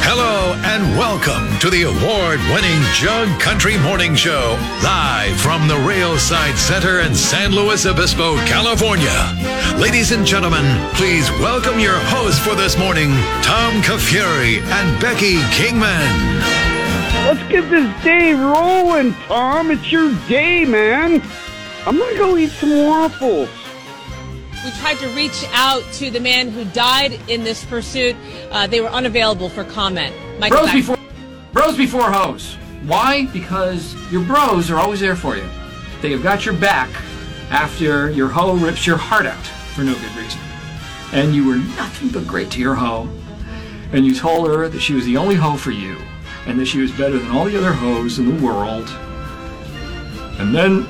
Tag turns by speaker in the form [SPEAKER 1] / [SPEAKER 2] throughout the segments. [SPEAKER 1] Hello and welcome to the award winning Jug Country Morning Show, live from the Railside Center in San Luis Obispo, California. Ladies and gentlemen, please welcome your hosts for this morning, Tom Kafuri and Becky Kingman.
[SPEAKER 2] Let's get this day rolling, Tom. It's your day, man. I'm gonna go eat some waffles.
[SPEAKER 3] We tried to reach out to the man who died in this pursuit. Uh, they were unavailable for comment. Michael
[SPEAKER 4] Bros
[SPEAKER 3] Beck-
[SPEAKER 4] before bros before hoes. Why? Because your bros are always there for you. They have got your back after your hoe rips your heart out for no good reason. And you were nothing but great to your hoe. And you told her that she was the only hoe for you and that she was better than all the other hoes in the world. And then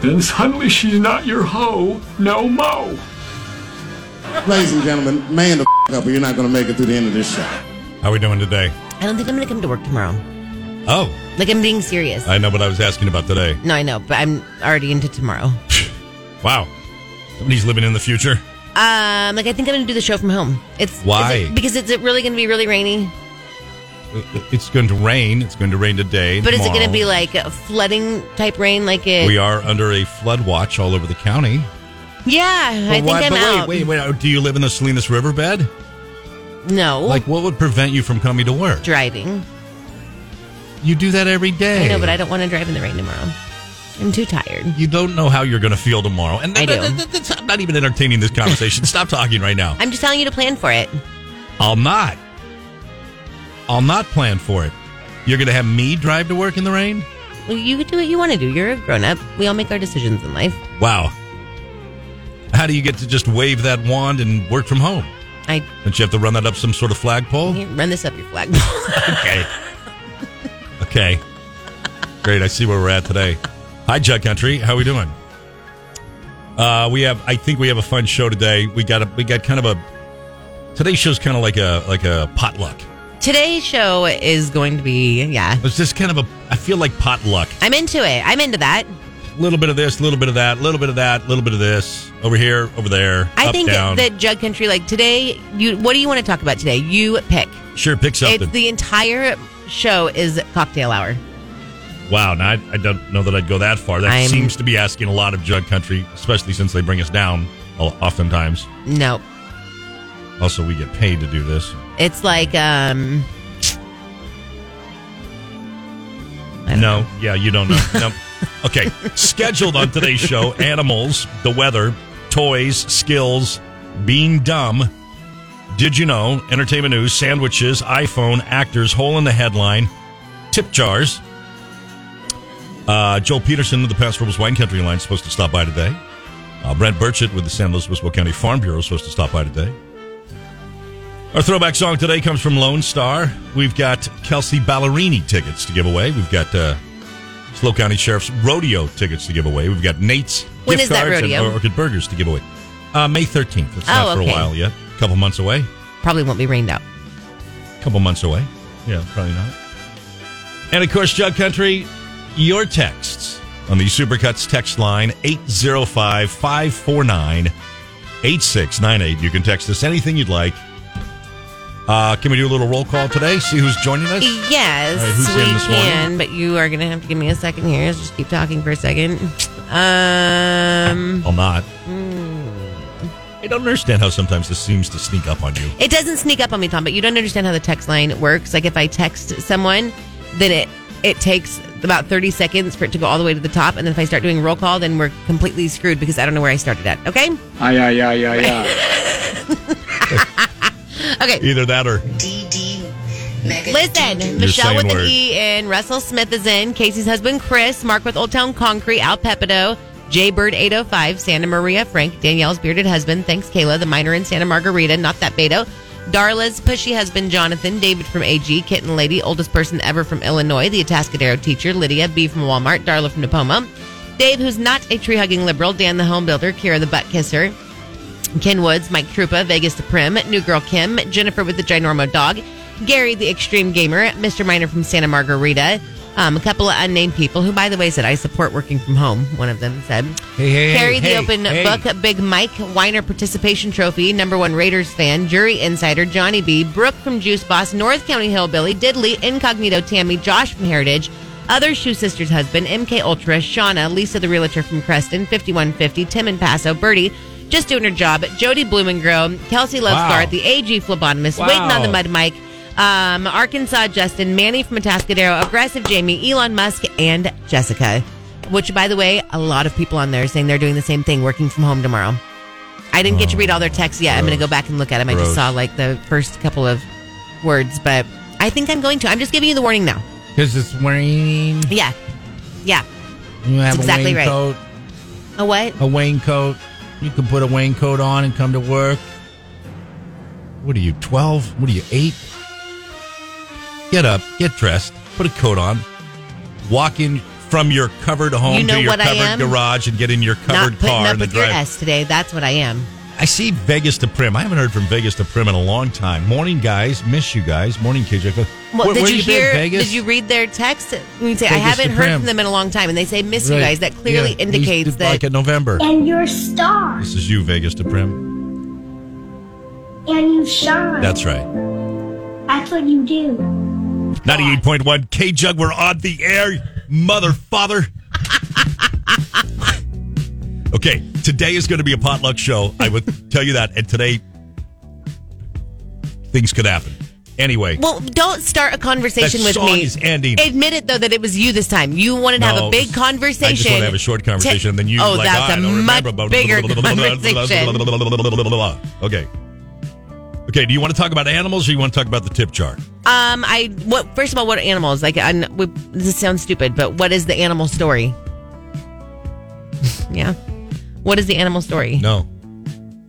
[SPEAKER 4] then suddenly she's not your hoe no mo.
[SPEAKER 5] Ladies and gentlemen, man the f- up or you're not going to make it through the end of this show.
[SPEAKER 6] How we doing today?
[SPEAKER 7] I don't think I'm going to come to work tomorrow.
[SPEAKER 6] Oh,
[SPEAKER 7] Like I'm being serious.
[SPEAKER 6] I know what I was asking about today.
[SPEAKER 7] no, I know, but I'm already into tomorrow.
[SPEAKER 6] Wow. Somebody's living in the future.
[SPEAKER 7] Um, like I think I'm going to do the show from home. It's
[SPEAKER 6] Why?
[SPEAKER 7] is it- because it's it really going to be really rainy.
[SPEAKER 6] It's going to rain. It's going to rain today.
[SPEAKER 7] But is it going
[SPEAKER 6] tomorrow.
[SPEAKER 7] to be like a flooding type rain? Like it?
[SPEAKER 6] We are under a flood watch all over the county.
[SPEAKER 7] Yeah, I think
[SPEAKER 6] But why-
[SPEAKER 7] I'm
[SPEAKER 6] but
[SPEAKER 7] out.
[SPEAKER 6] Wait, wait, wait. Do you live in the Salinas Riverbed?
[SPEAKER 7] No,
[SPEAKER 6] Like, what would prevent you from coming to work?
[SPEAKER 7] driving.
[SPEAKER 6] You do that every day.
[SPEAKER 7] I know, but I don't want to drive in the rain tomorrow. I'm too tired.
[SPEAKER 6] You don't know how you're going to feel tomorrow. And
[SPEAKER 7] I do.
[SPEAKER 6] that's- I'm not even entertaining this conversation. Stop talking right now.
[SPEAKER 7] I'm just telling you to plan for it.
[SPEAKER 6] I'll not. I'll not plan for it. You're going to have me drive to work in the rain?
[SPEAKER 7] Well, you do what you want to do. You're a grown up. We all make our decisions in life.
[SPEAKER 6] Wow. How do you get to just wave that wand and work from home?
[SPEAKER 7] I
[SPEAKER 6] Don't you have to run that up some sort of flagpole?
[SPEAKER 7] here, run this up your flagpole.
[SPEAKER 6] Okay. Okay. Great. I see where we're at today. Hi, Jug Country. How we doing? Uh, we have. I think we have a fun show today. We got a. We got kind of a. Today's show's kind of like a like a potluck.
[SPEAKER 7] Today's show is going to be yeah.
[SPEAKER 6] It's just kind of a. I feel like potluck.
[SPEAKER 7] I'm into it. I'm into that.
[SPEAKER 6] A little bit of this, a little bit of that, a little bit of that, a little bit of this. Over here, over there.
[SPEAKER 7] I
[SPEAKER 6] up,
[SPEAKER 7] think
[SPEAKER 6] down.
[SPEAKER 7] that Jug Country, like today, you what do you want to talk about today? You pick.
[SPEAKER 6] sure pick something.
[SPEAKER 7] It's the entire show is cocktail hour.
[SPEAKER 6] Wow, now I, I don't know that I'd go that far. That
[SPEAKER 7] I'm-
[SPEAKER 6] seems to be asking a lot of Jug Country, especially since they bring us down o- oftentimes.
[SPEAKER 7] No,
[SPEAKER 6] Also, we get paid to do this.
[SPEAKER 7] it's like um. I don't
[SPEAKER 6] No, yeah, you don't know. no. Okay, scheduled on today's show animals, the weather, toys, skills, being dumb, did you know, entertainment news, sandwiches, iPhone, actors, hole in the headline, tip jars. Uh, Joel Peterson of the Pass Robles Wine Country Line is supposed to stop by today. Uh, Brent Burchett with the San Luis Obispo County Farm Bureau is supposed to stop by today. Our throwback song today comes from Lone Star. We've got Kelsey Ballerini tickets to give away. We've got uh, Slow County Sheriff's rodeo tickets to give away. We've got Nate's
[SPEAKER 7] When
[SPEAKER 6] gift
[SPEAKER 7] is that
[SPEAKER 6] cards
[SPEAKER 7] rodeo?
[SPEAKER 6] and Orchid Burgers to give away. Uh, May 13th. It's
[SPEAKER 7] Oh,
[SPEAKER 6] not for
[SPEAKER 7] okay.
[SPEAKER 6] a while yet. A couple months away.
[SPEAKER 7] probably won't be rained out.
[SPEAKER 6] couple months away. Yeah, probably not. And of course, Jug Country, your texts on the Supercuts text line 805 549 8698. You can text us anything you'd like. Uh, can we do a little roll call today? See who's joining us?
[SPEAKER 7] Yes,
[SPEAKER 6] All right, who's in
[SPEAKER 7] we
[SPEAKER 6] this morning?
[SPEAKER 7] can, but you are gonna have to give me a second here. Let's just keep talking for a second.
[SPEAKER 8] Um,
[SPEAKER 7] Um,
[SPEAKER 6] I'll not.
[SPEAKER 8] hmm.
[SPEAKER 6] I don't understand how sometimes this seems to sneak up on you.
[SPEAKER 7] it doesn't sneak up on me, Tom, but you don't understand how the text line works. Like if I text someone, then it it takes about 30 seconds for it to go all the way to the top, and then if I start doing roll call, then we're completely screwed because I don't know where I started at. Okay,
[SPEAKER 4] Aye aye aye aye aye.
[SPEAKER 7] okay.
[SPEAKER 6] Either that or
[SPEAKER 9] DD Mega
[SPEAKER 7] Listen,
[SPEAKER 9] DD.
[SPEAKER 7] Michelle
[SPEAKER 6] saying
[SPEAKER 7] with an
[SPEAKER 6] word.
[SPEAKER 7] E in, Russell Smith is in, Casey's husband Chris, Mark with Old Town Concrete, Al Pepito, Jay Bird 805, Santa Maria Frank, Danielle's bearded husband, thanks Kayla, the miner in Santa Margarita, not that Beto, Darla's pushy husband Jonathan, David from AG, Kitten Lady, oldest person ever from Illinois, the Atascadero teacher, Lydia B from Walmart, Darla from Napoma, Dave, who's not a tree hugging liberal, Dan the home builder, Kira the butt kisser, Ken Woods, Mike Krupa, Vegas the Prim, New Girl Kim, Jennifer with the Ginormo Dog, Gary the Extreme Gamer, Mr. Miner from Santa Margarita, um, a couple of unnamed people who, by the way, said I support working from home. One of them said,
[SPEAKER 8] Hey, hey, hey,
[SPEAKER 7] Carry the
[SPEAKER 8] hey,
[SPEAKER 7] Open
[SPEAKER 8] hey.
[SPEAKER 7] Book, Big Mike, Weiner Participation Trophy, number one Raiders fan, Jury Insider, Johnny B, Brooke from Juice Boss, North County Hillbilly, Diddley, Incognito Tammy, Josh from Heritage, Other Shoe Sisters Husband, MK Ultra, Shauna, Lisa the Realtor from Creston, 5150, Tim in Paso, Birdie, Just Doing Her Job, Jody Blumengrove, Kelsey Loves
[SPEAKER 8] Wow.
[SPEAKER 7] Garth, the AG Phlebotomist,
[SPEAKER 8] Wow.
[SPEAKER 7] Waiting on the Mud Mike, um, Arkansas Justin, Manny from Atascadero, Aggressive Jamie, Elon Musk, and Jessica. Which, by the way, a lot of people on there are saying they're doing the same thing, working from home tomorrow. I didn't get to read all their texts yet. I'm going to go back and look at them. I just
[SPEAKER 8] Gross.
[SPEAKER 7] saw like the first couple of words, but I think I'm going to. I'm just giving you the warning now.
[SPEAKER 8] Because it's wearing.
[SPEAKER 7] Yeah. Yeah.
[SPEAKER 8] You have
[SPEAKER 7] exactly
[SPEAKER 8] a
[SPEAKER 7] right.
[SPEAKER 8] raincoat.
[SPEAKER 7] A what?
[SPEAKER 8] A raincoat. You can put a raincoat on and come to work. What are you, 12? What are you, 8?
[SPEAKER 6] Get up, get dressed, put a coat on, walk in from your covered home
[SPEAKER 7] You know
[SPEAKER 6] to your
[SPEAKER 7] what I am?
[SPEAKER 6] covered garage and get in your
[SPEAKER 7] Not
[SPEAKER 6] covered
[SPEAKER 7] putting
[SPEAKER 6] car
[SPEAKER 7] up
[SPEAKER 6] in the
[SPEAKER 7] with your
[SPEAKER 6] drive.
[SPEAKER 7] S today. That's what I am.
[SPEAKER 6] I see Vegas to Prim. I haven't heard from Vegas to Prim in a long time. Morning, guys. Miss you guys. Morning, KJ.
[SPEAKER 7] Well,
[SPEAKER 6] Where-
[SPEAKER 7] did
[SPEAKER 6] where
[SPEAKER 7] you,
[SPEAKER 6] you been,
[SPEAKER 7] hear?
[SPEAKER 6] Vegas?
[SPEAKER 7] Did you read their text? When you say, I
[SPEAKER 8] Vegas
[SPEAKER 7] haven't
[SPEAKER 8] to
[SPEAKER 7] heard
[SPEAKER 8] Prim.
[SPEAKER 7] from them in a long time, and they say, miss you
[SPEAKER 8] Right.
[SPEAKER 7] guys. That clearly
[SPEAKER 8] Yeah.
[SPEAKER 7] indicates
[SPEAKER 8] He's
[SPEAKER 7] that
[SPEAKER 6] Back in November.
[SPEAKER 10] and you're a star
[SPEAKER 6] This is you, Vegas to Prim.
[SPEAKER 10] and you shine.
[SPEAKER 6] That's right.
[SPEAKER 10] That's what you do.
[SPEAKER 6] 98.1 K Jug, we're on the air, mother father. okay, today is going to be a potluck show. I would tell you that. And today, things could happen. Anyway,
[SPEAKER 7] Well, don't start a conversation
[SPEAKER 6] That
[SPEAKER 7] with
[SPEAKER 6] song
[SPEAKER 7] me.
[SPEAKER 6] is ending.
[SPEAKER 7] Admit it though that it was you this time. You wanted to have
[SPEAKER 6] No,
[SPEAKER 7] a big conversation.
[SPEAKER 6] I just want to have a short conversation, and then you.
[SPEAKER 7] Oh,
[SPEAKER 6] like,
[SPEAKER 7] that's
[SPEAKER 6] "I
[SPEAKER 7] a
[SPEAKER 6] don't
[SPEAKER 7] much
[SPEAKER 6] remember, blah, blah,
[SPEAKER 7] bigger
[SPEAKER 6] blah, blah, blah, blah, blah,
[SPEAKER 7] conversation.
[SPEAKER 6] blah, blah, blah, blah, blah, blah, blah. Okay. Okay. Do you want to talk about animals, or you want to talk about the tip jar?
[SPEAKER 7] Um, I what? First of all, what are animals? Like, i we, this sounds stupid, but what is the animal story? yeah, what is the animal story?
[SPEAKER 6] No.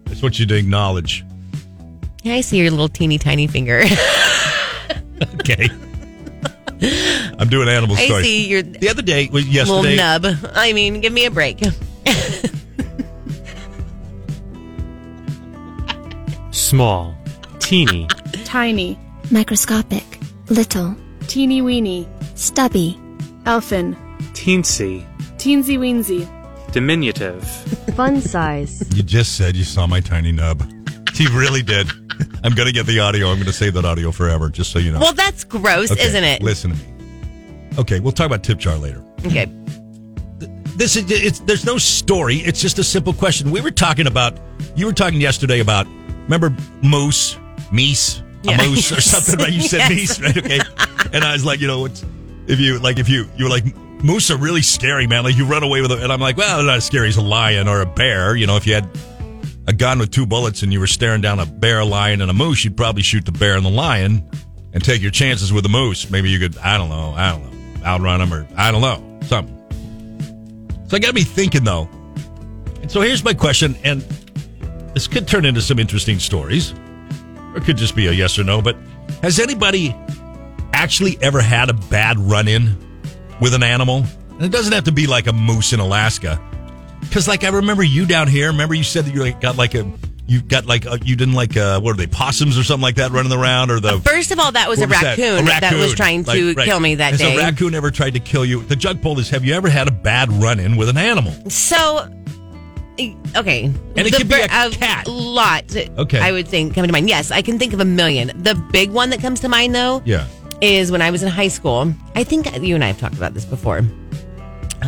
[SPEAKER 6] That's what you acknowledge.
[SPEAKER 7] Yeah, I see your little teeny tiny finger.
[SPEAKER 6] Okay. I'm doing animal
[SPEAKER 7] I
[SPEAKER 6] story.
[SPEAKER 7] see your
[SPEAKER 6] The other day, well,
[SPEAKER 7] little
[SPEAKER 6] yesterday,
[SPEAKER 7] nub. I mean, give me a break.
[SPEAKER 11] small, teeny,
[SPEAKER 10] Tiny,
[SPEAKER 9] Microscopic, little,
[SPEAKER 10] teeny weeny,
[SPEAKER 9] stubby,
[SPEAKER 10] elfin,
[SPEAKER 11] teensy,
[SPEAKER 10] teensy weensy,
[SPEAKER 11] diminutive,
[SPEAKER 10] fun size.
[SPEAKER 6] you just said you saw my tiny nub. He really did. I'm going to get the audio. I'm going to save that audio forever, just so you know.
[SPEAKER 7] well, that's gross,
[SPEAKER 6] Okay,
[SPEAKER 7] isn't it?
[SPEAKER 6] Listen to me. Okay, we'll talk about tip jar later.
[SPEAKER 7] Okay.
[SPEAKER 6] this is it's there's no story it's just a simple question we were talking about you were talking yesterday about remember moose meese
[SPEAKER 7] Yeah.
[SPEAKER 6] a moose or something right you said
[SPEAKER 7] Yes.
[SPEAKER 6] meese right okay and i was like you know what's if you like if you you were like moose are really scary man like you run away with it and i'm like well they're not as scary as a lion or a bear you know if you had a gun with two bullets and you were staring down a bear, a lion, and a moose, you'd probably shoot the bear and the lion and take your chances with the moose. Maybe you could, I don't know, I don't know, outrun them or I don't know, something. So I got to be thinking though. And so here's my question, and this could turn into some interesting stories, or it could just be a yes or no, but has anybody actually ever had a bad run in with an animal? And it doesn't have to be like a moose in Alaska. Because like I remember you down here. Remember you said that you like, got like a you got like a, you didn't like uh what are they possums or something like that running around or the
[SPEAKER 7] First of all, that was, a,
[SPEAKER 6] what was
[SPEAKER 7] raccoon that? was trying
[SPEAKER 6] Like,
[SPEAKER 7] to
[SPEAKER 6] right.
[SPEAKER 7] kill me that
[SPEAKER 6] Has
[SPEAKER 7] day.
[SPEAKER 6] A raccoon ever tried to kill you? The jug poll is: Have you ever had a bad run-in with an animal?
[SPEAKER 7] So, e- okay,
[SPEAKER 6] And it
[SPEAKER 7] The
[SPEAKER 6] could be
[SPEAKER 7] bir-
[SPEAKER 6] a cat.
[SPEAKER 7] lot.
[SPEAKER 6] Okay.
[SPEAKER 7] I would think coming to mind. Yes, I can think of a million. The big one that comes to mind though
[SPEAKER 6] Yeah.
[SPEAKER 7] is when I was in high school. I think you and I have talked about this before.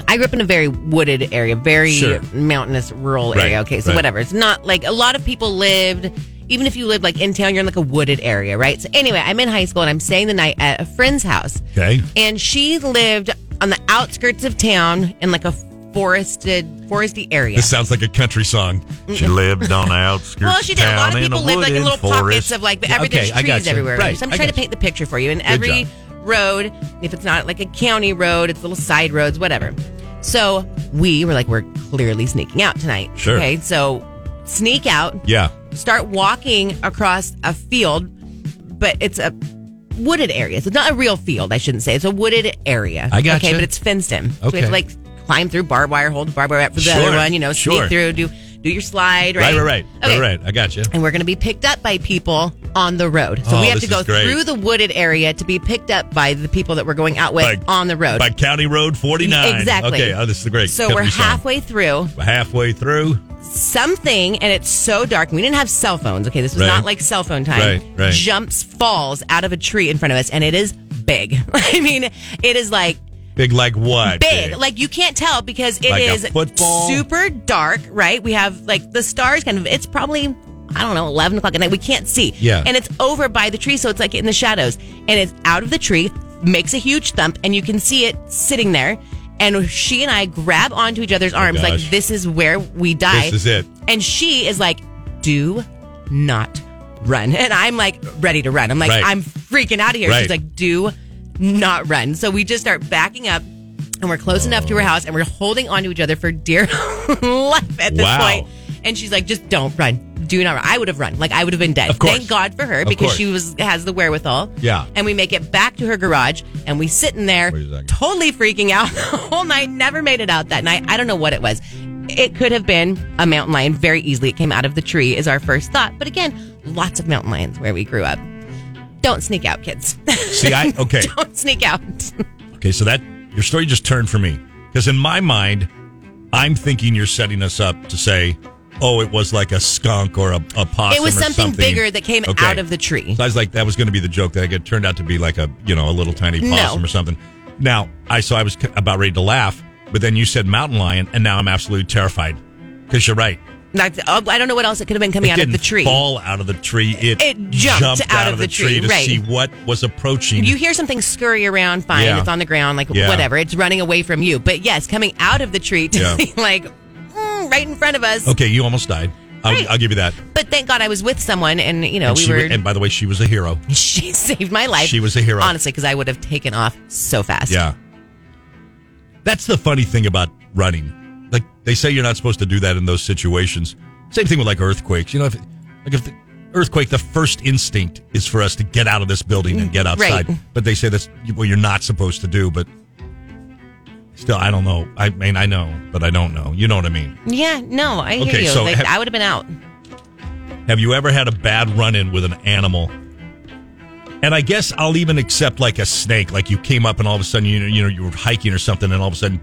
[SPEAKER 7] I grew up in a very wooded area, very
[SPEAKER 6] Sure.
[SPEAKER 7] mountainous rural
[SPEAKER 6] Right,
[SPEAKER 7] area. Okay, so
[SPEAKER 6] right.
[SPEAKER 7] whatever. It's not like a lot of people lived. Even if you lived like in town, you're in like a wooded area, right? So anyway, I'm in high school and I'm staying the night at a friend's house
[SPEAKER 6] Okay.
[SPEAKER 7] and she lived on the outskirts of town in like a forested foresty area.
[SPEAKER 6] This sounds like a country song. She lived on the outskirts.
[SPEAKER 7] Well, she did. A lot of people live like in little pockets of like
[SPEAKER 6] Yeah,
[SPEAKER 7] everything.
[SPEAKER 6] okay, I
[SPEAKER 7] there's trees
[SPEAKER 6] gotcha.
[SPEAKER 7] everywhere.
[SPEAKER 6] Right,
[SPEAKER 7] So I'm
[SPEAKER 6] I
[SPEAKER 7] trying to
[SPEAKER 6] gotcha.
[SPEAKER 7] paint the picture for you. And every
[SPEAKER 6] job.
[SPEAKER 7] road, if it's not like a county road, it's little side roads, whatever. So we were like, we're clearly sneaking out tonight.
[SPEAKER 6] Sure.
[SPEAKER 7] Okay. So sneak out
[SPEAKER 6] Yeah.
[SPEAKER 7] start walking across a field, but it's a wooded area. So it's not a real field, I shouldn't say. It's a wooded area.
[SPEAKER 6] I gotcha.
[SPEAKER 7] Okay, but it's fenced in. So we
[SPEAKER 6] Okay.
[SPEAKER 7] have to like climb through barbed wire, hold the barbed wire up for the
[SPEAKER 6] Sure,
[SPEAKER 7] other one, you know,
[SPEAKER 6] sure.
[SPEAKER 7] sneak through, do do your slide,
[SPEAKER 6] Right,
[SPEAKER 7] right?
[SPEAKER 6] right, right.
[SPEAKER 7] Okay.
[SPEAKER 6] Right, right. I got you.
[SPEAKER 7] And we're going to be picked up by people on the road. So
[SPEAKER 6] Oh,
[SPEAKER 7] we have
[SPEAKER 6] this
[SPEAKER 7] to go
[SPEAKER 6] is great.
[SPEAKER 7] through the wooded area to be picked up by the people that we're going out with
[SPEAKER 6] By-
[SPEAKER 7] on the road.
[SPEAKER 6] By County Road 49.
[SPEAKER 7] Exactly.
[SPEAKER 6] Okay, oh, this is great.
[SPEAKER 7] So
[SPEAKER 6] country
[SPEAKER 7] we're
[SPEAKER 6] song.
[SPEAKER 7] halfway through
[SPEAKER 6] halfway through.
[SPEAKER 7] something, and it's so dark. We didn't have cell phones. Okay, this was
[SPEAKER 6] Right.
[SPEAKER 7] not like cell phone time.
[SPEAKER 6] Right, right.
[SPEAKER 7] Jumps, falls out of a tree in front of us, and it is big. I mean, it is like
[SPEAKER 6] Big like what?
[SPEAKER 7] big. Like you can't tell because it
[SPEAKER 6] Like a
[SPEAKER 7] is
[SPEAKER 6] football?
[SPEAKER 7] super dark, right? We have like the stars kind of it's probably I don't know, eleven o'clock at night. We can't see.
[SPEAKER 12] Yeah.
[SPEAKER 7] And it's over by the tree, so it's like in the shadows. And it's out of the tree, makes a huge thump, and you can see it sitting there. And she and I grab onto each other's arms, like
[SPEAKER 6] Oh gosh.
[SPEAKER 7] this is where we die.
[SPEAKER 6] This is it.
[SPEAKER 7] And she is like, do not run. And I'm like, ready to run. I'm like,
[SPEAKER 6] Right.
[SPEAKER 7] I'm freaking out of here.
[SPEAKER 6] Right.
[SPEAKER 7] She's like, do not run. So we just start backing up and we're close enough to her house and we're holding onto each other for dear life at this
[SPEAKER 12] Wow.
[SPEAKER 7] point. And she's like, just don't run. Do not run. I would have run. Like I would have been dead.
[SPEAKER 12] Of course.
[SPEAKER 7] Thank God for her
[SPEAKER 12] Of
[SPEAKER 7] because
[SPEAKER 12] course.
[SPEAKER 7] she was has the wherewithal.
[SPEAKER 12] Yeah.
[SPEAKER 7] And we make it back to her garage and we sit in there totally freaking out the whole night. Never made it out that night. I don't know what it was. It could have been a mountain lion very easily. It came out of the tree is our first thought. But again, lots of mountain lions where we grew up. Don't sneak out, kids.
[SPEAKER 6] See, I okay.
[SPEAKER 7] don't sneak out.
[SPEAKER 6] Okay, so that your story just turned for me because in my mind, I'm thinking you're setting us up to say, "Oh, it was like a skunk or a, a possum."
[SPEAKER 7] It was
[SPEAKER 6] or
[SPEAKER 7] something bigger that came
[SPEAKER 6] Okay.
[SPEAKER 7] out of the tree.
[SPEAKER 6] So I was like, that was going to be the joke that it turned out to be like a you know a little tiny
[SPEAKER 7] No.
[SPEAKER 6] possum or something. Now I so I was c- about ready to laugh, but then you said mountain lion, and now I'm absolutely terrified because you're right.
[SPEAKER 7] That's, oh, I don't know what else it could have been coming
[SPEAKER 6] it
[SPEAKER 7] out
[SPEAKER 6] didn't
[SPEAKER 7] of the tree.
[SPEAKER 6] fall out of the tree. It,
[SPEAKER 7] It jumped out
[SPEAKER 6] out
[SPEAKER 7] of
[SPEAKER 6] of
[SPEAKER 7] the tree,
[SPEAKER 6] to
[SPEAKER 7] right.
[SPEAKER 6] see what was approaching.
[SPEAKER 7] You hear something scurry around, fine.
[SPEAKER 6] Yeah.
[SPEAKER 7] It's on the ground, like
[SPEAKER 6] Yeah.
[SPEAKER 7] whatever. It's running away from you. But yes, coming out of the tree to
[SPEAKER 6] Yeah.
[SPEAKER 7] see, like mm, right in front of us.
[SPEAKER 6] okay, you almost died. I'll,
[SPEAKER 7] Right.
[SPEAKER 6] I'll give you that.
[SPEAKER 7] But thank God I was with someone, and you know
[SPEAKER 6] and,
[SPEAKER 7] we
[SPEAKER 6] she wa-
[SPEAKER 7] were.
[SPEAKER 6] and by the way, she was a hero.
[SPEAKER 7] she saved my life.
[SPEAKER 6] She was a hero.
[SPEAKER 7] honestly, because I would have taken off so fast.
[SPEAKER 6] Yeah. That's the funny thing about running. Like they say you're not supposed to do that in those situations. Same thing with like earthquakes. You know, if like if the earthquake, the first instinct is for us to get out of this building and get outside.
[SPEAKER 7] Mm, Right.
[SPEAKER 6] But they say that's what you're not supposed to do, but still I don't know. I mean I know, but I don't know. You know what I mean.
[SPEAKER 7] Yeah. No, I hear
[SPEAKER 6] Okay,
[SPEAKER 7] you.
[SPEAKER 6] so
[SPEAKER 7] like,
[SPEAKER 6] have-
[SPEAKER 7] I would have been out.
[SPEAKER 6] Have you ever had a bad run in with an animal? And I guess I'll even accept like a snake, like you came up and all of a sudden you know you know you were hiking or something, and all of a sudden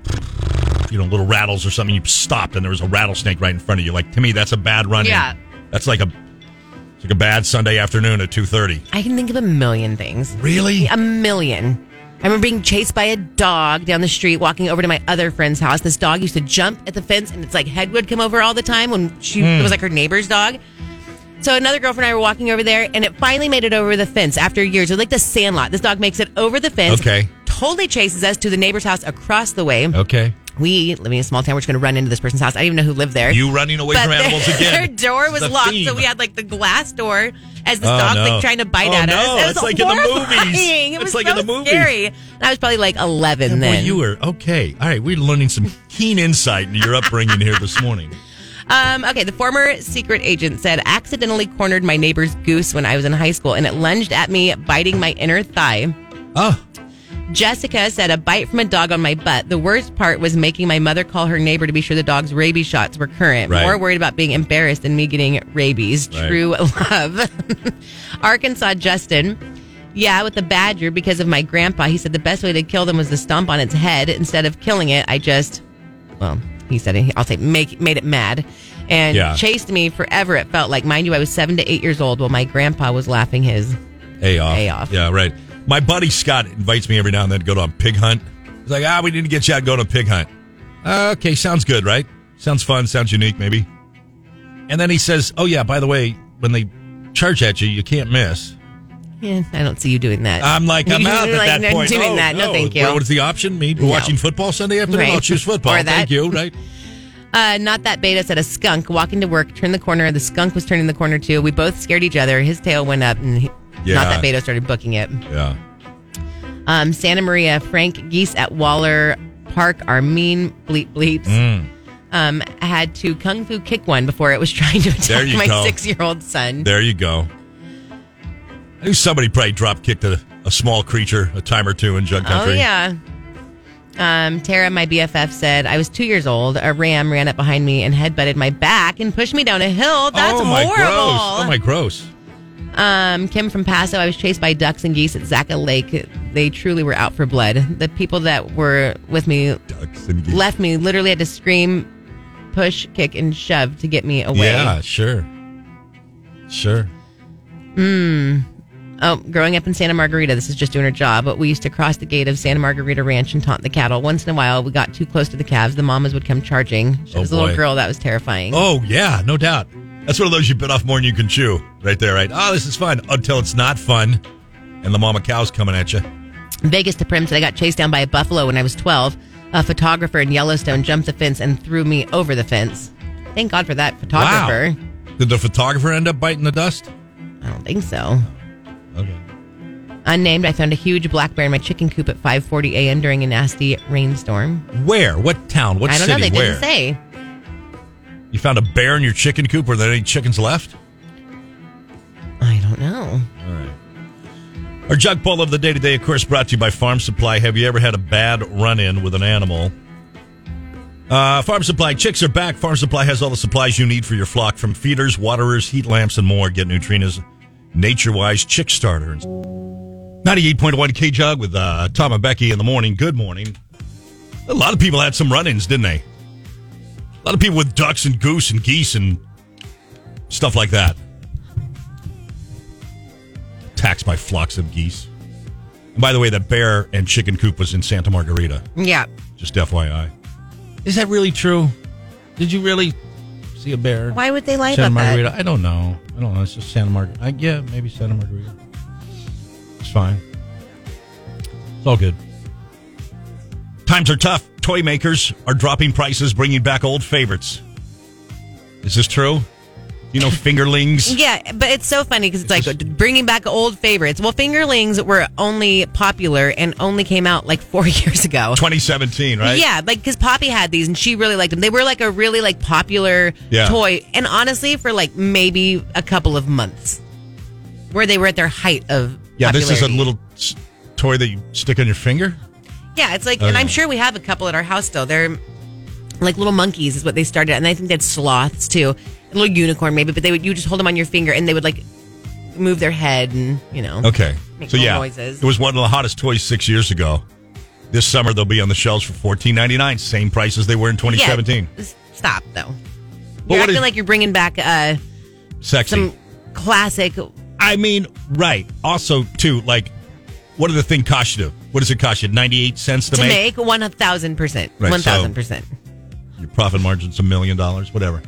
[SPEAKER 6] you know little rattles or something. You stopped and there was a rattlesnake right in front of you. Like to me, that's a bad run. in.
[SPEAKER 7] Yeah.
[SPEAKER 6] that's like a it's like a bad Sunday afternoon at two thirty.
[SPEAKER 7] I can think of a million things.
[SPEAKER 6] Really?
[SPEAKER 7] A million. I remember being chased by a dog down the street, walking over to my other friend's house. This dog used to jump at the fence, and it's like head would come over all the time when she
[SPEAKER 12] Hmm.
[SPEAKER 7] it was like her neighbor's dog. So another girlfriend and I were walking over there, and it finally made it over the fence after years. It was like the Sandlot. This dog makes it over the fence.
[SPEAKER 6] Okay. Oh.
[SPEAKER 7] Totally chases us to the neighbor's house across the way.
[SPEAKER 6] Okay.
[SPEAKER 7] We living in a small town. We're just going to run into this person's house. I didn't even know who lived there.
[SPEAKER 6] You running away
[SPEAKER 7] But
[SPEAKER 6] from animals
[SPEAKER 7] their,
[SPEAKER 6] again.
[SPEAKER 7] Their door
[SPEAKER 6] This
[SPEAKER 7] was
[SPEAKER 6] is a
[SPEAKER 7] locked, so
[SPEAKER 6] theme.
[SPEAKER 7] we had like the glass door as this
[SPEAKER 6] Oh,
[SPEAKER 7] dog's
[SPEAKER 6] no.
[SPEAKER 7] like trying to bite
[SPEAKER 6] Oh,
[SPEAKER 7] at
[SPEAKER 6] no.
[SPEAKER 7] us. It was
[SPEAKER 6] It's like in the movies.
[SPEAKER 7] horrifying. It
[SPEAKER 6] It's
[SPEAKER 7] was
[SPEAKER 6] like
[SPEAKER 7] so
[SPEAKER 6] in the movies.
[SPEAKER 7] scary. And I was probably like eleven
[SPEAKER 6] Yeah, boy,
[SPEAKER 7] then.
[SPEAKER 6] you were okay. All right, we're learning some keen insight into your upbringing here this morning.
[SPEAKER 7] Um, okay, the former secret agent said, accidentally cornered my neighbor's goose when I was in high school and it lunged at me, biting my inner thigh.
[SPEAKER 6] Oh.
[SPEAKER 7] Jessica said, a bite from a dog on my butt. The worst part was making my mother call her neighbor to be sure the dog's rabies shots were current.
[SPEAKER 12] Right.
[SPEAKER 7] More worried about being embarrassed than me getting rabies.
[SPEAKER 12] Right.
[SPEAKER 7] True love. Arkansas Justin. Yeah, with the badger because of my grandpa. He said the best way to kill them was to stomp on its head instead of killing it. I just well, he said it, I'll say make made it mad and
[SPEAKER 6] Yeah.
[SPEAKER 7] chased me forever. It felt like, mind you, I was seven to eight years old while my grandpa was laughing his.
[SPEAKER 6] A off.
[SPEAKER 7] A off.
[SPEAKER 6] Yeah, right. My buddy Scott invites me every now and then to go to a pig hunt. He's like, ah, we need to get you out and go to a pig hunt. Uh, Okay, sounds good, right? Sounds fun, sounds unique, maybe. And then he says, oh, yeah, by the way, when they charge at you, you can't miss.
[SPEAKER 7] Yeah, I don't see you doing that.
[SPEAKER 6] I'm like, I'm out at
[SPEAKER 7] Like,
[SPEAKER 6] that
[SPEAKER 7] no,
[SPEAKER 6] point.
[SPEAKER 7] Doing
[SPEAKER 6] Oh,
[SPEAKER 7] that, no, thank you.
[SPEAKER 6] What was the option? Me watching football Sunday afternoon?
[SPEAKER 7] Right.
[SPEAKER 6] I'll choose football.
[SPEAKER 7] Or that.
[SPEAKER 6] Thank you, right?
[SPEAKER 7] Uh, not that beta said a skunk walking to work turned the corner. The skunk was turning the corner too. We both scared each other. His tail went up, and he,
[SPEAKER 6] Yeah.
[SPEAKER 7] not that beta started booking it.
[SPEAKER 6] Yeah.
[SPEAKER 7] Um, Santa Maria Frank Geese at Waller Park are mean bleep bleeps.
[SPEAKER 6] Mm.
[SPEAKER 7] Um, had to kung fu kick one before it was trying to
[SPEAKER 6] There
[SPEAKER 7] attack
[SPEAKER 6] you
[SPEAKER 7] my
[SPEAKER 6] go.
[SPEAKER 7] six year old son.
[SPEAKER 6] There you go. I knew somebody probably drop kicked a, a small creature a time or two in Jug
[SPEAKER 7] Oh
[SPEAKER 6] Country.
[SPEAKER 7] yeah. Um, Tara, my BFF, said I was two years old. A ram ran up behind me and headbutted my back and pushed me down a hill. That's
[SPEAKER 6] oh, my
[SPEAKER 7] horrible.
[SPEAKER 6] gross. Oh, my gross.
[SPEAKER 7] Um, Kim from Paso, I was chased by ducks and geese at Zaca Lake. They truly were out for blood. The people that were with me left me, literally had to scream, push, kick, and shove to get me away.
[SPEAKER 6] Yeah, sure. Sure.
[SPEAKER 7] Mm. Oh, growing up in Santa Margarita, this is just doing her job, but we used to cross the gate of Santa Margarita Ranch and taunt the cattle. Once in a while, we got too close to the calves. The mamas would come charging. She
[SPEAKER 6] Oh,
[SPEAKER 7] was a little
[SPEAKER 6] boy.
[SPEAKER 7] girl. That was terrifying.
[SPEAKER 6] Oh, yeah, no doubt. That's one of those you bit off more than you can chew right there, right? Oh, this is fun until it's not fun and the mama cow's coming at you.
[SPEAKER 7] Vegas to Prim said I got chased down by a buffalo when I was 12. A photographer in Yellowstone jumped the fence and threw me over the fence. Thank God for that photographer.
[SPEAKER 6] Wow. Did the photographer end up biting the dust?
[SPEAKER 7] I don't think so.
[SPEAKER 6] Okay.
[SPEAKER 7] Unnamed, I found a huge black bear in my chicken coop at 5:40 a.m. during a nasty rainstorm.
[SPEAKER 6] Where? What town? What
[SPEAKER 7] I don't
[SPEAKER 6] city?
[SPEAKER 7] know. They
[SPEAKER 6] Where?
[SPEAKER 7] didn't say.
[SPEAKER 6] You found a bear in your chicken coop. Were there any chickens left?
[SPEAKER 7] I don't know.
[SPEAKER 6] All right. Our jug poll of the day today, of course, brought to you by Farm Supply. Have you ever had a bad run in with an animal? Uh, Farm Supply, chicks are back. Farm Supply has all the supplies you need for your flock from feeders, waterers, heat lamps, and more. Get Neutrina's Nature Wise Chick Starter. 98.1 K Jug with uh, Tom and Becky in the morning. Good morning. A lot of people had some run ins, didn't they? A lot of people with ducks and goose and geese and stuff like that. Taxed by flocks of geese. And by the way, that bear and chicken coop was in Santa Margarita.
[SPEAKER 7] Yeah.
[SPEAKER 6] Just FYI.
[SPEAKER 8] Is that really true? Did you really see a bear?
[SPEAKER 7] Why would they lie
[SPEAKER 8] Santa
[SPEAKER 7] about that?
[SPEAKER 8] Margarita? I don't know. I don't know. It's just Santa Margarita. I, yeah, maybe Santa Margarita. It's fine. It's all good.
[SPEAKER 6] Times are tough. Toy makers are dropping prices, bringing back old favorites. Is this true? You know, fingerlings.
[SPEAKER 7] Yeah, but it's so funny because it's like bringing back old favorites. Well, fingerlings were only popular and only came out like four years ago.
[SPEAKER 6] 2017, right?
[SPEAKER 7] Yeah, like because Poppy had these and she really liked them. They were like a really like popular
[SPEAKER 6] Yeah.
[SPEAKER 7] toy, and honestly, for like maybe a couple of months, where they were at their height of
[SPEAKER 6] Yeah, this is a
[SPEAKER 7] popularity.
[SPEAKER 6] little s- toy that you stick on your finger.
[SPEAKER 7] yeah. It's like,
[SPEAKER 6] Oh,
[SPEAKER 7] and
[SPEAKER 6] yeah.
[SPEAKER 7] I'm sure we have a couple at our house still. They're like little monkeys is what they started, and I think that's sloths too, a little unicorn maybe. But they would you just hold them on your finger and they would like move their head and you know
[SPEAKER 6] Okay.
[SPEAKER 7] make
[SPEAKER 6] so
[SPEAKER 7] little
[SPEAKER 6] yeah,
[SPEAKER 7] noises.
[SPEAKER 6] it was one of the hottest toys six years ago. This summer they'll be on the shelves for fourteen ninety nine, same price as they were in twenty seventeen.
[SPEAKER 7] Yeah, s- stop though.
[SPEAKER 6] But what
[SPEAKER 7] You're acting
[SPEAKER 6] is-
[SPEAKER 7] like you're bringing back uh,
[SPEAKER 6] Sexy.
[SPEAKER 7] some classic.
[SPEAKER 6] I mean, right. Also, too, like, what did the thing cost you? What does it cost you? Ninety eight cents to,
[SPEAKER 7] To make one thousand percent,
[SPEAKER 6] Right,
[SPEAKER 7] one
[SPEAKER 6] so-
[SPEAKER 7] thousand percent.
[SPEAKER 6] Your profit margin's a million dollars, whatever.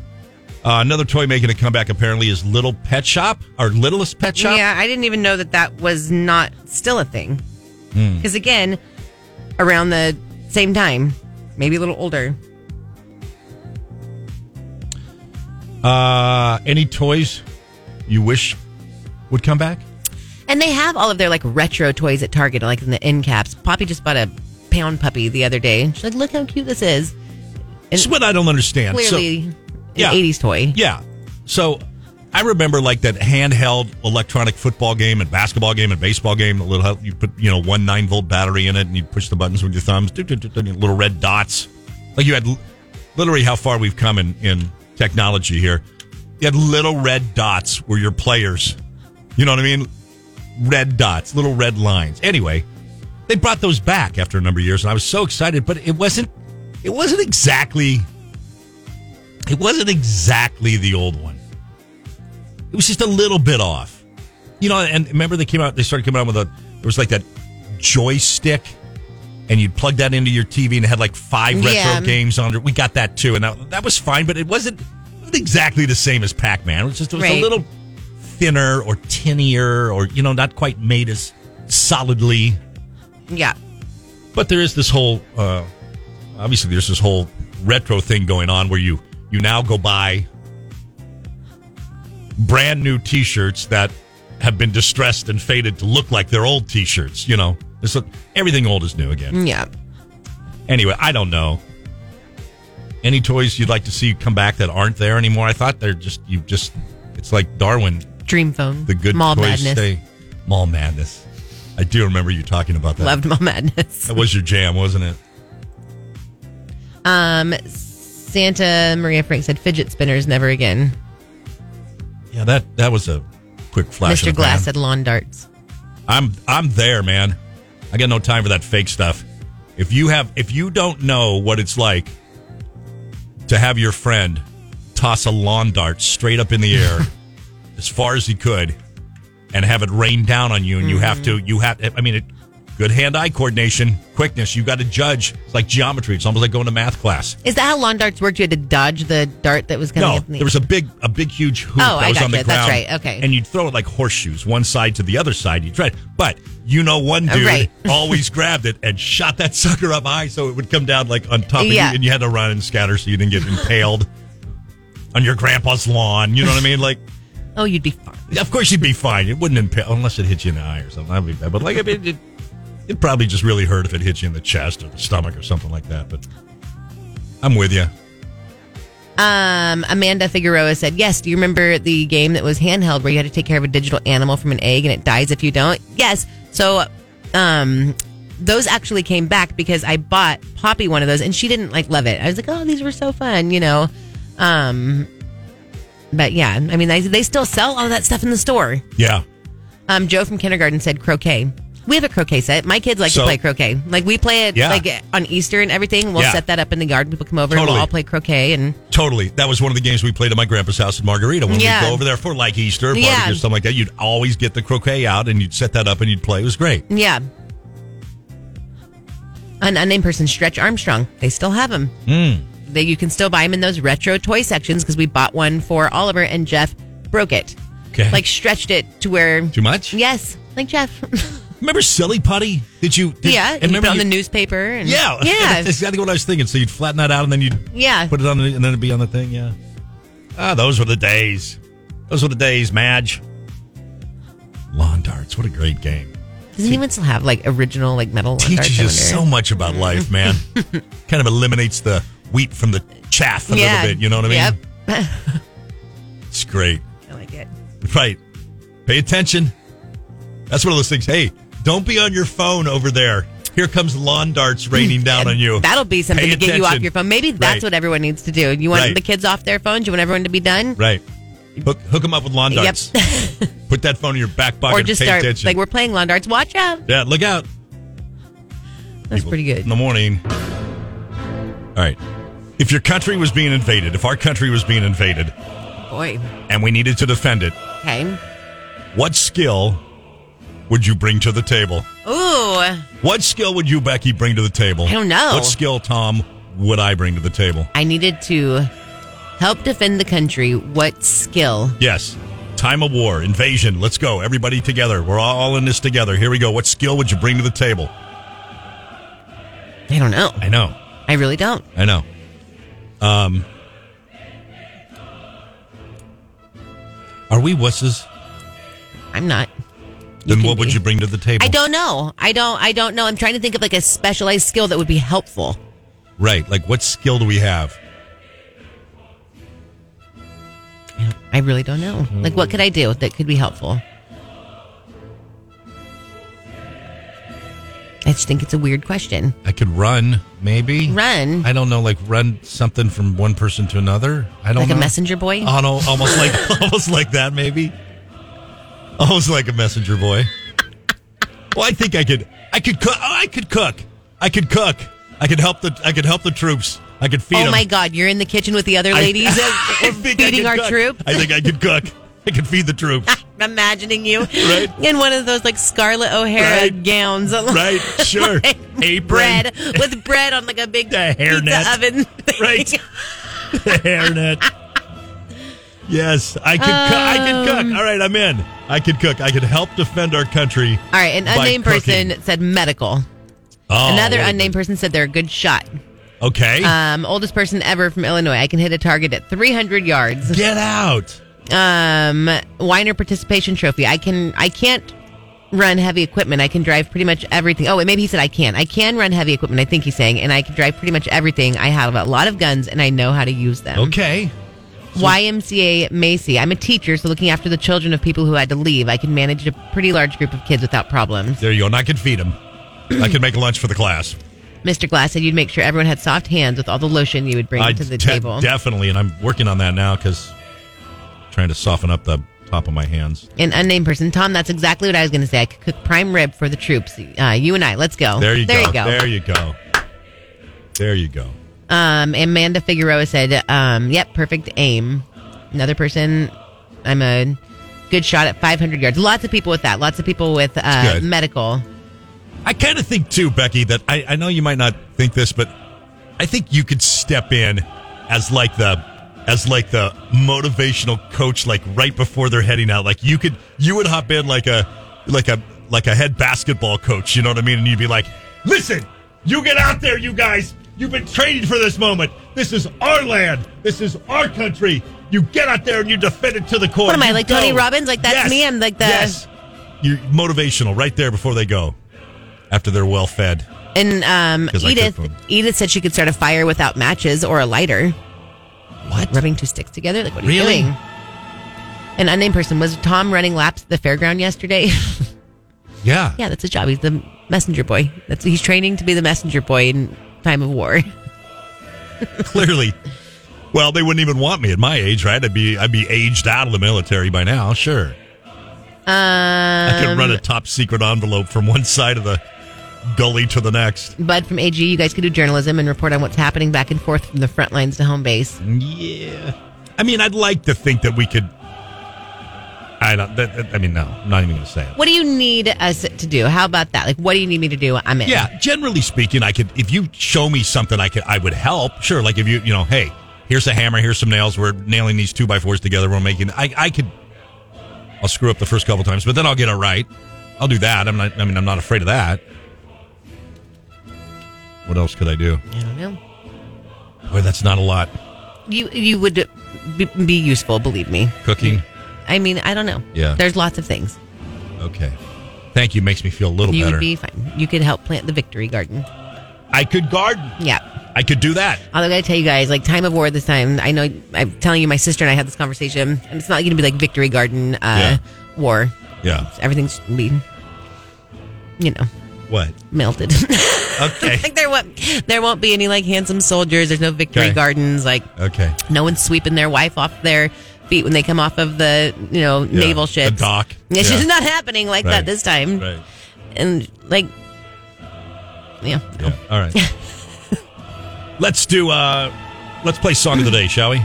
[SPEAKER 6] Uh, another toy making a comeback apparently is Little Pet Shop, our littlest pet shop.
[SPEAKER 7] Yeah, I didn't even know that that was not still a thing.
[SPEAKER 6] Hmm.
[SPEAKER 7] Because again, around the same time, maybe a little older.
[SPEAKER 6] Uh, any toys you wish would come back?
[SPEAKER 7] And they have all of their like retro toys at Target, like in the end caps. Poppy just bought a pound puppy the other day. She's like, look how cute this is.
[SPEAKER 6] This is what I don't understand. So-
[SPEAKER 7] Clearly, an 80s toy.
[SPEAKER 6] Yeah. So I remember like that handheld electronic football game and basketball game and baseball game. The little you put you know one nine volt battery in it and you push the buttons with your thumbs. do, do, do, do, Little red dots. Like you had l- literally how far we've come in in technology here. You had little red dots were your players. You know what I mean? Red dots, little red lines. Anyway, they brought those back after a number of years, and I was so excited. But it wasn't. It wasn't exactly it wasn't exactly the old one. It was just a little bit off. You know, and remember they came out, they started coming out with a, there was like that joystick and you'd plug that into your TV and it had like five retro
[SPEAKER 12] Yeah.
[SPEAKER 6] games on it. We got that too. And that, that was fine, but it wasn't, it wasn't exactly the same as Pac-Man. It was just, it was
[SPEAKER 12] Right.
[SPEAKER 6] a little thinner or tinnier or, you know, not quite made as solidly
[SPEAKER 7] Yeah.
[SPEAKER 6] but there is this whole, uh, obviously, there's this whole retro thing going on where you you now go buy brand new T-shirts that have been distressed and faded to look like their old T-shirts. You know, It's like- everything old is new again.
[SPEAKER 7] Yeah.
[SPEAKER 6] Anyway, I don't know. Any toys you'd like to see come back that aren't there anymore? I thought they're just you just. It's like Darwin,
[SPEAKER 7] Dream phone.
[SPEAKER 6] the good
[SPEAKER 7] Mall
[SPEAKER 6] toys
[SPEAKER 7] madness.
[SPEAKER 6] stay. Mall madness. I do remember you talking about that.
[SPEAKER 7] Loved Mall Madness.
[SPEAKER 6] That was your jam, wasn't it?
[SPEAKER 7] Um, Santa Maria Frank said fidget spinners never again.
[SPEAKER 6] Yeah, that that was a quick flash. in
[SPEAKER 7] Mr.
[SPEAKER 6] the pan.
[SPEAKER 7] Glass said lawn darts.
[SPEAKER 6] I'm I'm there, man. I got no time for that fake stuff. If you have if you don't know what it's like to have your friend toss a lawn dart straight up in the air as far as he could and have it rain down on you and you have
[SPEAKER 7] Mm-hmm.
[SPEAKER 6] to you have I mean it good hand-eye coordination, quickness, you got to judge. It's like geometry. It's almost like going to math class.
[SPEAKER 7] Is that how lawn darts worked? You had to dodge the dart that was coming
[SPEAKER 6] No,
[SPEAKER 7] up in the
[SPEAKER 6] there was a big, a big, huge hoop
[SPEAKER 7] Oh,
[SPEAKER 6] that
[SPEAKER 7] I
[SPEAKER 6] was on the
[SPEAKER 7] gotcha. That's
[SPEAKER 6] ground.
[SPEAKER 7] right. Okay.
[SPEAKER 6] and you'd throw it like horseshoes, one side to the other side. You tried, but you know, one dude
[SPEAKER 7] Right.
[SPEAKER 6] always grabbed it and shot that sucker up high, so it would come down like on top of
[SPEAKER 7] Yeah.
[SPEAKER 6] you, and you had to run and scatter so you didn't get impaled on your grandpa's lawn. You know what I mean? Like,
[SPEAKER 7] Oh, you'd be fine.
[SPEAKER 6] of course you'd be fine. It wouldn't impale unless it hit you in the eye or something. That'd be bad. But like, I mean, it, it probably just really hurt if it hit you in the chest or the stomach or something like that. But I'm with you.
[SPEAKER 7] Um, Amanda Figueroa said, Yes, do you remember the game that was handheld where you had to take care of a digital animal from an egg and it dies if you don't? Yes. So, um, those actually came back because I bought Poppy one of those and she didn't like love it. I was like, Oh, these were so fun, you know. Um, but yeah, I mean, they, they still sell all that stuff in the store.
[SPEAKER 6] Yeah.
[SPEAKER 7] Um, Joe from kindergarten said croquet. We have a croquet set. My kids like
[SPEAKER 6] So-
[SPEAKER 7] to play croquet. Like we play it
[SPEAKER 6] Yeah.
[SPEAKER 7] like on Easter and everything. We'll
[SPEAKER 6] Yeah.
[SPEAKER 7] set that up in the yard. People come over and
[SPEAKER 6] Totally.
[SPEAKER 7] we'll all play croquet and
[SPEAKER 6] Totally. That was one of the games we played at my grandpa's house in Margarita. When
[SPEAKER 7] Yeah.
[SPEAKER 6] we'd go over there for like Easter, barbecue,
[SPEAKER 7] Yeah.
[SPEAKER 6] or something like that, you'd always get the croquet out and you'd set that up and you'd play. It was great.
[SPEAKER 7] yeah. An unnamed person, Stretch Armstrong. They still have them.
[SPEAKER 6] Mm.
[SPEAKER 7] They, you can still buy them in those retro toy sections because we bought one for Oliver and Jeff broke it.
[SPEAKER 6] Okay.
[SPEAKER 7] Like stretched it to where.
[SPEAKER 6] Too much?
[SPEAKER 7] Yes, like Jeff.
[SPEAKER 6] Remember Silly Putty? Did you? Did,
[SPEAKER 7] yeah,
[SPEAKER 6] and
[SPEAKER 7] you put
[SPEAKER 6] remember
[SPEAKER 7] it on
[SPEAKER 6] you-
[SPEAKER 7] the newspaper. And,
[SPEAKER 6] Yeah. That's
[SPEAKER 7] yeah,
[SPEAKER 6] exactly what I was thinking. So you'd flatten that out and then you'd
[SPEAKER 7] yeah.
[SPEAKER 6] put it on the, and then it'd be on the thing. Yeah. Ah, those were the days. Those were the days, Madge. Lawn darts. What a great game.
[SPEAKER 7] Doesn't anyone still have like original like metal? lawn
[SPEAKER 6] Teaches
[SPEAKER 7] darts, I
[SPEAKER 6] you
[SPEAKER 7] wonder?
[SPEAKER 6] so much about life, man. kind of eliminates the wheat from the chaff a little bit. You know what I mean?
[SPEAKER 7] Yep.
[SPEAKER 6] It's great.
[SPEAKER 7] I like it.
[SPEAKER 6] Right. Pay attention. That's one of those things. Hey, don't be on your phone over there. Here comes lawn darts raining down on you.
[SPEAKER 7] That'll be something
[SPEAKER 6] Pay
[SPEAKER 7] to get you off
[SPEAKER 6] attention.
[SPEAKER 7] your phone. Maybe that's
[SPEAKER 6] Right.
[SPEAKER 7] what everyone needs to do. You want
[SPEAKER 6] Right.
[SPEAKER 7] the kids off their phones? You want everyone to be done?
[SPEAKER 6] Right. Hook, hook them up with lawn
[SPEAKER 7] Yep.
[SPEAKER 6] darts. Put that phone in your back pocket
[SPEAKER 7] or just
[SPEAKER 6] and pay
[SPEAKER 7] start
[SPEAKER 6] attention.
[SPEAKER 7] like we're playing lawn darts. Watch out.
[SPEAKER 6] yeah, look out.
[SPEAKER 7] That's
[SPEAKER 6] People
[SPEAKER 7] pretty good.
[SPEAKER 6] In the morning. All right. If your country was being invaded, if our country was being invaded
[SPEAKER 7] Boy.
[SPEAKER 6] and we needed to defend it,
[SPEAKER 7] Okay.
[SPEAKER 6] what skill would you bring to the table?
[SPEAKER 7] Ooh.
[SPEAKER 6] What skill would you, Becky, bring to the table?
[SPEAKER 7] I don't know.
[SPEAKER 6] What skill, Tom, would I bring to the table?
[SPEAKER 7] I needed to help defend the country. What skill?
[SPEAKER 6] Yes. Time of war, invasion. Let's go. Everybody together. We're all in this together. Here we go. What skill would you bring to the table?
[SPEAKER 7] I don't know.
[SPEAKER 6] I know.
[SPEAKER 7] I really don't.
[SPEAKER 6] I know. Um, are we wusses?
[SPEAKER 7] I'm not.
[SPEAKER 6] Then
[SPEAKER 7] can
[SPEAKER 6] what would
[SPEAKER 7] be.
[SPEAKER 6] you bring to the table?
[SPEAKER 7] I don't know. I don't I don't know. I'm trying to think of like a specialized skill that would be helpful.
[SPEAKER 6] Right. Like, what skill do we have?
[SPEAKER 7] I really don't know. Like what could I do that could be helpful? I just think it's a weird question.
[SPEAKER 6] I could run, maybe.
[SPEAKER 7] Run.
[SPEAKER 6] I don't know, like run something from one person to another. I don't
[SPEAKER 7] Like a
[SPEAKER 6] know.
[SPEAKER 7] messenger boy?
[SPEAKER 6] Oh no, almost like almost like that maybe. Almost like a messenger boy. Well, I think I could. I could cook. Oh, I could cook. I could cook. I could help the. I could help the troops. I could feed
[SPEAKER 7] oh
[SPEAKER 6] them.
[SPEAKER 7] my god, you're in the kitchen with the other
[SPEAKER 6] I-
[SPEAKER 7] ladies that
[SPEAKER 6] I
[SPEAKER 7] were
[SPEAKER 6] think I
[SPEAKER 7] feeding
[SPEAKER 6] could
[SPEAKER 7] our
[SPEAKER 6] cook.
[SPEAKER 7] troop.
[SPEAKER 6] I think I could cook. I could feed the troops.
[SPEAKER 7] I'm imagining you
[SPEAKER 6] Right.
[SPEAKER 7] in one of those like Scarlett O'Hara
[SPEAKER 6] Right.
[SPEAKER 7] gowns.
[SPEAKER 6] Right, sure.
[SPEAKER 7] Like,
[SPEAKER 6] Apron.
[SPEAKER 7] Oh bread with bread on like a big
[SPEAKER 6] The
[SPEAKER 7] pizza
[SPEAKER 6] hairnet.
[SPEAKER 7] oven. thing.
[SPEAKER 6] Right. the hairnet. Yes, I could. cook I
[SPEAKER 7] Um,
[SPEAKER 6] could cook. All right, I'm in. I could cook. I could help defend our country.
[SPEAKER 7] All right, an
[SPEAKER 6] by
[SPEAKER 7] unnamed
[SPEAKER 6] cooking.
[SPEAKER 7] person said medical.
[SPEAKER 6] Oh,
[SPEAKER 7] Another
[SPEAKER 6] what a-
[SPEAKER 7] unnamed person said they're a good shot.
[SPEAKER 6] Okay.
[SPEAKER 7] Um, oldest person ever from Illinois. I can hit a target at 300 yards.
[SPEAKER 6] Get out.
[SPEAKER 7] Um, Weiner participation trophy. I can. I can't run heavy equipment. I can drive pretty much everything. Oh, wait, maybe he said I can. I can run heavy equipment. I think he's saying, and I can drive pretty much everything. I have a lot of guns, and I know how to use them.
[SPEAKER 6] Okay.
[SPEAKER 7] YMCA Macy. I'm a teacher, so looking after the children of people who had to leave. I can manage a pretty large group of kids without problems.
[SPEAKER 6] There you go. And I can feed them. I can make lunch for the class.
[SPEAKER 7] Mr. Glass said you'd make sure everyone had soft hands with all the lotion you would bring
[SPEAKER 6] I
[SPEAKER 7] to the
[SPEAKER 6] de-
[SPEAKER 7] table.
[SPEAKER 6] Definitely, and I'm working on that now because trying to soften up the top of my hands.
[SPEAKER 7] An unnamed person, Tom. That's exactly what I was going to say. I could cook prime rib for the troops. Uh, you and I. Let's go.
[SPEAKER 6] There you
[SPEAKER 7] there
[SPEAKER 6] go.
[SPEAKER 7] You go.
[SPEAKER 6] There you go. There you go.
[SPEAKER 7] Um, Amanda Figueroa said, um, yep, perfect aim. Another person, I'm a good shot at 500 yards. Lots of people with that. Lots of people with uh,
[SPEAKER 6] good.
[SPEAKER 7] medical.
[SPEAKER 6] I kind of think too, Becky, that I, I know you might not think this, but I think you could step in as like the as like the motivational coach, like right before they're heading out. Like you could you would hop in like a like a like a head basketball coach, you know what I mean? And you'd be like, Listen, you get out there, you guys. You've been training for this moment. This is our land. This is our country. You get out there and you defend it to the core.
[SPEAKER 7] What am I,
[SPEAKER 6] You
[SPEAKER 7] like Tony
[SPEAKER 6] go."
[SPEAKER 7] Robbins? Like, that's
[SPEAKER 6] Yes.
[SPEAKER 7] me. I'm like the.
[SPEAKER 6] Yes. You're motivational right there before they go. After they're well fed.
[SPEAKER 7] And um,
[SPEAKER 6] 'Cause I cook
[SPEAKER 7] Edith,
[SPEAKER 6] for 'em.
[SPEAKER 7] Edith said she could start a fire without matches or a lighter. What? rubbing two sticks together? Like, what are
[SPEAKER 6] Really?
[SPEAKER 7] you doing? An unnamed person was Tom running laps at the fairground yesterday.
[SPEAKER 6] Yeah.
[SPEAKER 7] yeah, that's a job. He's the messenger boy. That's he's training to be the messenger boy in time of war.
[SPEAKER 6] Clearly. Well, they wouldn't even want me at my age, right? I'd be I'd be aged out of the military by now, sure.
[SPEAKER 7] Um,
[SPEAKER 6] I could run a top secret envelope from one side of the gully to the next.
[SPEAKER 7] Bud from AG, you guys could do journalism and report on what's happening back and forth from the front lines to home base.
[SPEAKER 6] Yeah. I mean, I'd like to think that we could I don't that, that- I mean, no, I'm not even going to say it.
[SPEAKER 7] What do you need us to do? How about that? Like, what do you need me to do? I'm in.
[SPEAKER 6] Yeah, generally speaking, I could if you show me something, I could I would help. Sure, like if you you know, hey, here's a hammer, here's some nails. We're nailing these two by fours together. We're making. I I could. I'll screw up the first couple times, but then I'll get it right. I'll do that. I'm not. I mean, I'm not afraid of that. What else could I do?
[SPEAKER 7] I don't know.
[SPEAKER 6] Boy, that's not a lot.
[SPEAKER 7] You you would be, be useful, believe me.
[SPEAKER 6] Cooking.
[SPEAKER 7] I mean, I don't know.
[SPEAKER 6] Yeah.
[SPEAKER 7] There's lots of things.
[SPEAKER 6] Okay. Thank you. Makes me feel a little
[SPEAKER 7] you
[SPEAKER 6] better.
[SPEAKER 7] would be fine. You could help plant the victory garden.
[SPEAKER 6] I could garden.
[SPEAKER 7] Yeah.
[SPEAKER 6] I could do that.
[SPEAKER 7] Although I gotta tell you guys, like time of war this time, I know I'm telling you, my sister and I had this conversation, and it's not gonna be like victory garden uh,
[SPEAKER 6] Yeah.
[SPEAKER 7] war.
[SPEAKER 6] Yeah.
[SPEAKER 7] Everything's gonna be, you know,
[SPEAKER 6] What?
[SPEAKER 7] melted.
[SPEAKER 6] Okay.
[SPEAKER 7] like there won't there won't be any like handsome soldiers. There's no victory
[SPEAKER 6] Okay.
[SPEAKER 7] gardens. Like
[SPEAKER 6] Okay.
[SPEAKER 7] no one's sweeping their wife off their feet when they come off of the you know
[SPEAKER 6] Yeah.
[SPEAKER 7] naval ships.
[SPEAKER 6] The dock.
[SPEAKER 7] It's
[SPEAKER 6] Yeah.
[SPEAKER 7] just not happening like
[SPEAKER 6] Right.
[SPEAKER 7] that this time.
[SPEAKER 6] Right.
[SPEAKER 7] And like, yeah.
[SPEAKER 6] Yeah. All right. let's do. uh Let's play song of the day, shall we?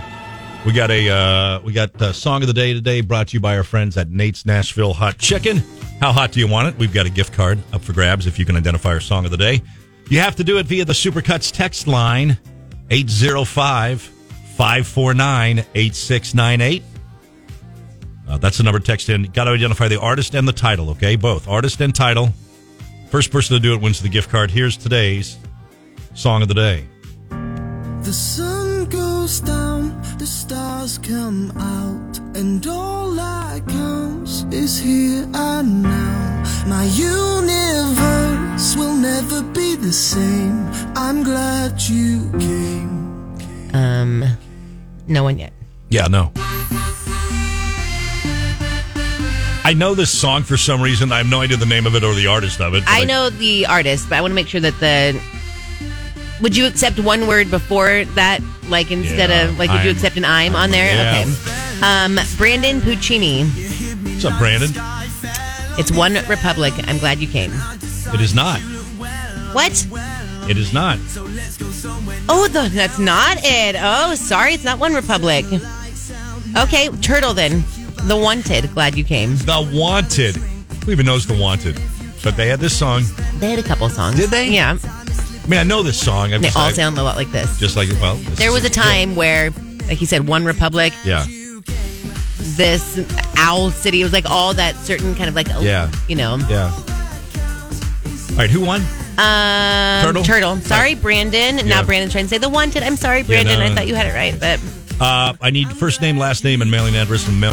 [SPEAKER 6] We got a uh, we got uh, song of the day today, brought to you by our friends at Nate's Nashville Hot Chicken. How hot do you want it? We've got a gift card up for grabs if you can identify our song of the day. You have to do it via the Supercuts text line 805-549-8698. Uh, that's the number to text in. Got to identify the artist and the title, okay? Both artist and title. First person to do it wins the gift card. Here's today's song of the day.
[SPEAKER 12] The sun goes down, the stars come out, and all that counts is here and now. My universe will never be the same. I'm glad you came.
[SPEAKER 7] Um, no one yet.
[SPEAKER 6] Yeah, no. I know this song for some reason. I have no idea the name of it or the artist of it. but
[SPEAKER 7] I know the artist, but I want to make sure that the. Would you accept one word before that? Like instead
[SPEAKER 6] Yeah,
[SPEAKER 7] of like, would you
[SPEAKER 6] I'm-
[SPEAKER 7] accept an I'm on there?
[SPEAKER 6] Yeah.
[SPEAKER 7] Okay. Um, Brandon Puccini.
[SPEAKER 6] What's up, Brandon?
[SPEAKER 7] It's One Republic. I'm glad you came.
[SPEAKER 6] It is not.
[SPEAKER 7] What?
[SPEAKER 6] It is not.
[SPEAKER 7] Oh, the, that's not it. Oh, sorry, it's not One Republic. Okay, Turtle then. The Wanted. Glad you came.
[SPEAKER 6] The Wanted. Who even knows The Wanted? But they had this song.
[SPEAKER 7] They had a couple songs. Did they? Yeah.
[SPEAKER 6] I mean, I know this song. I've
[SPEAKER 7] They
[SPEAKER 6] just-
[SPEAKER 7] all
[SPEAKER 6] I-
[SPEAKER 7] sound a lot like this.
[SPEAKER 6] Just like, well. this
[SPEAKER 7] There
[SPEAKER 6] is
[SPEAKER 7] was a
[SPEAKER 6] it.
[SPEAKER 7] time where, like he said, One Republic.
[SPEAKER 6] Yeah.
[SPEAKER 7] this owl city. It was like all that certain kind of like, oh,
[SPEAKER 6] Yeah.
[SPEAKER 7] you know.
[SPEAKER 6] Yeah. All right, who won?
[SPEAKER 7] Um,
[SPEAKER 6] Turtle?
[SPEAKER 7] Sorry, Brandon.
[SPEAKER 6] Yeah.
[SPEAKER 7] Now Brandon's trying to say the wanted. I'm sorry, Brandon.
[SPEAKER 6] no,
[SPEAKER 7] I
[SPEAKER 6] no.
[SPEAKER 7] thought you had it right, but
[SPEAKER 6] Uh, I need first name, last name, and mailing address and mailing.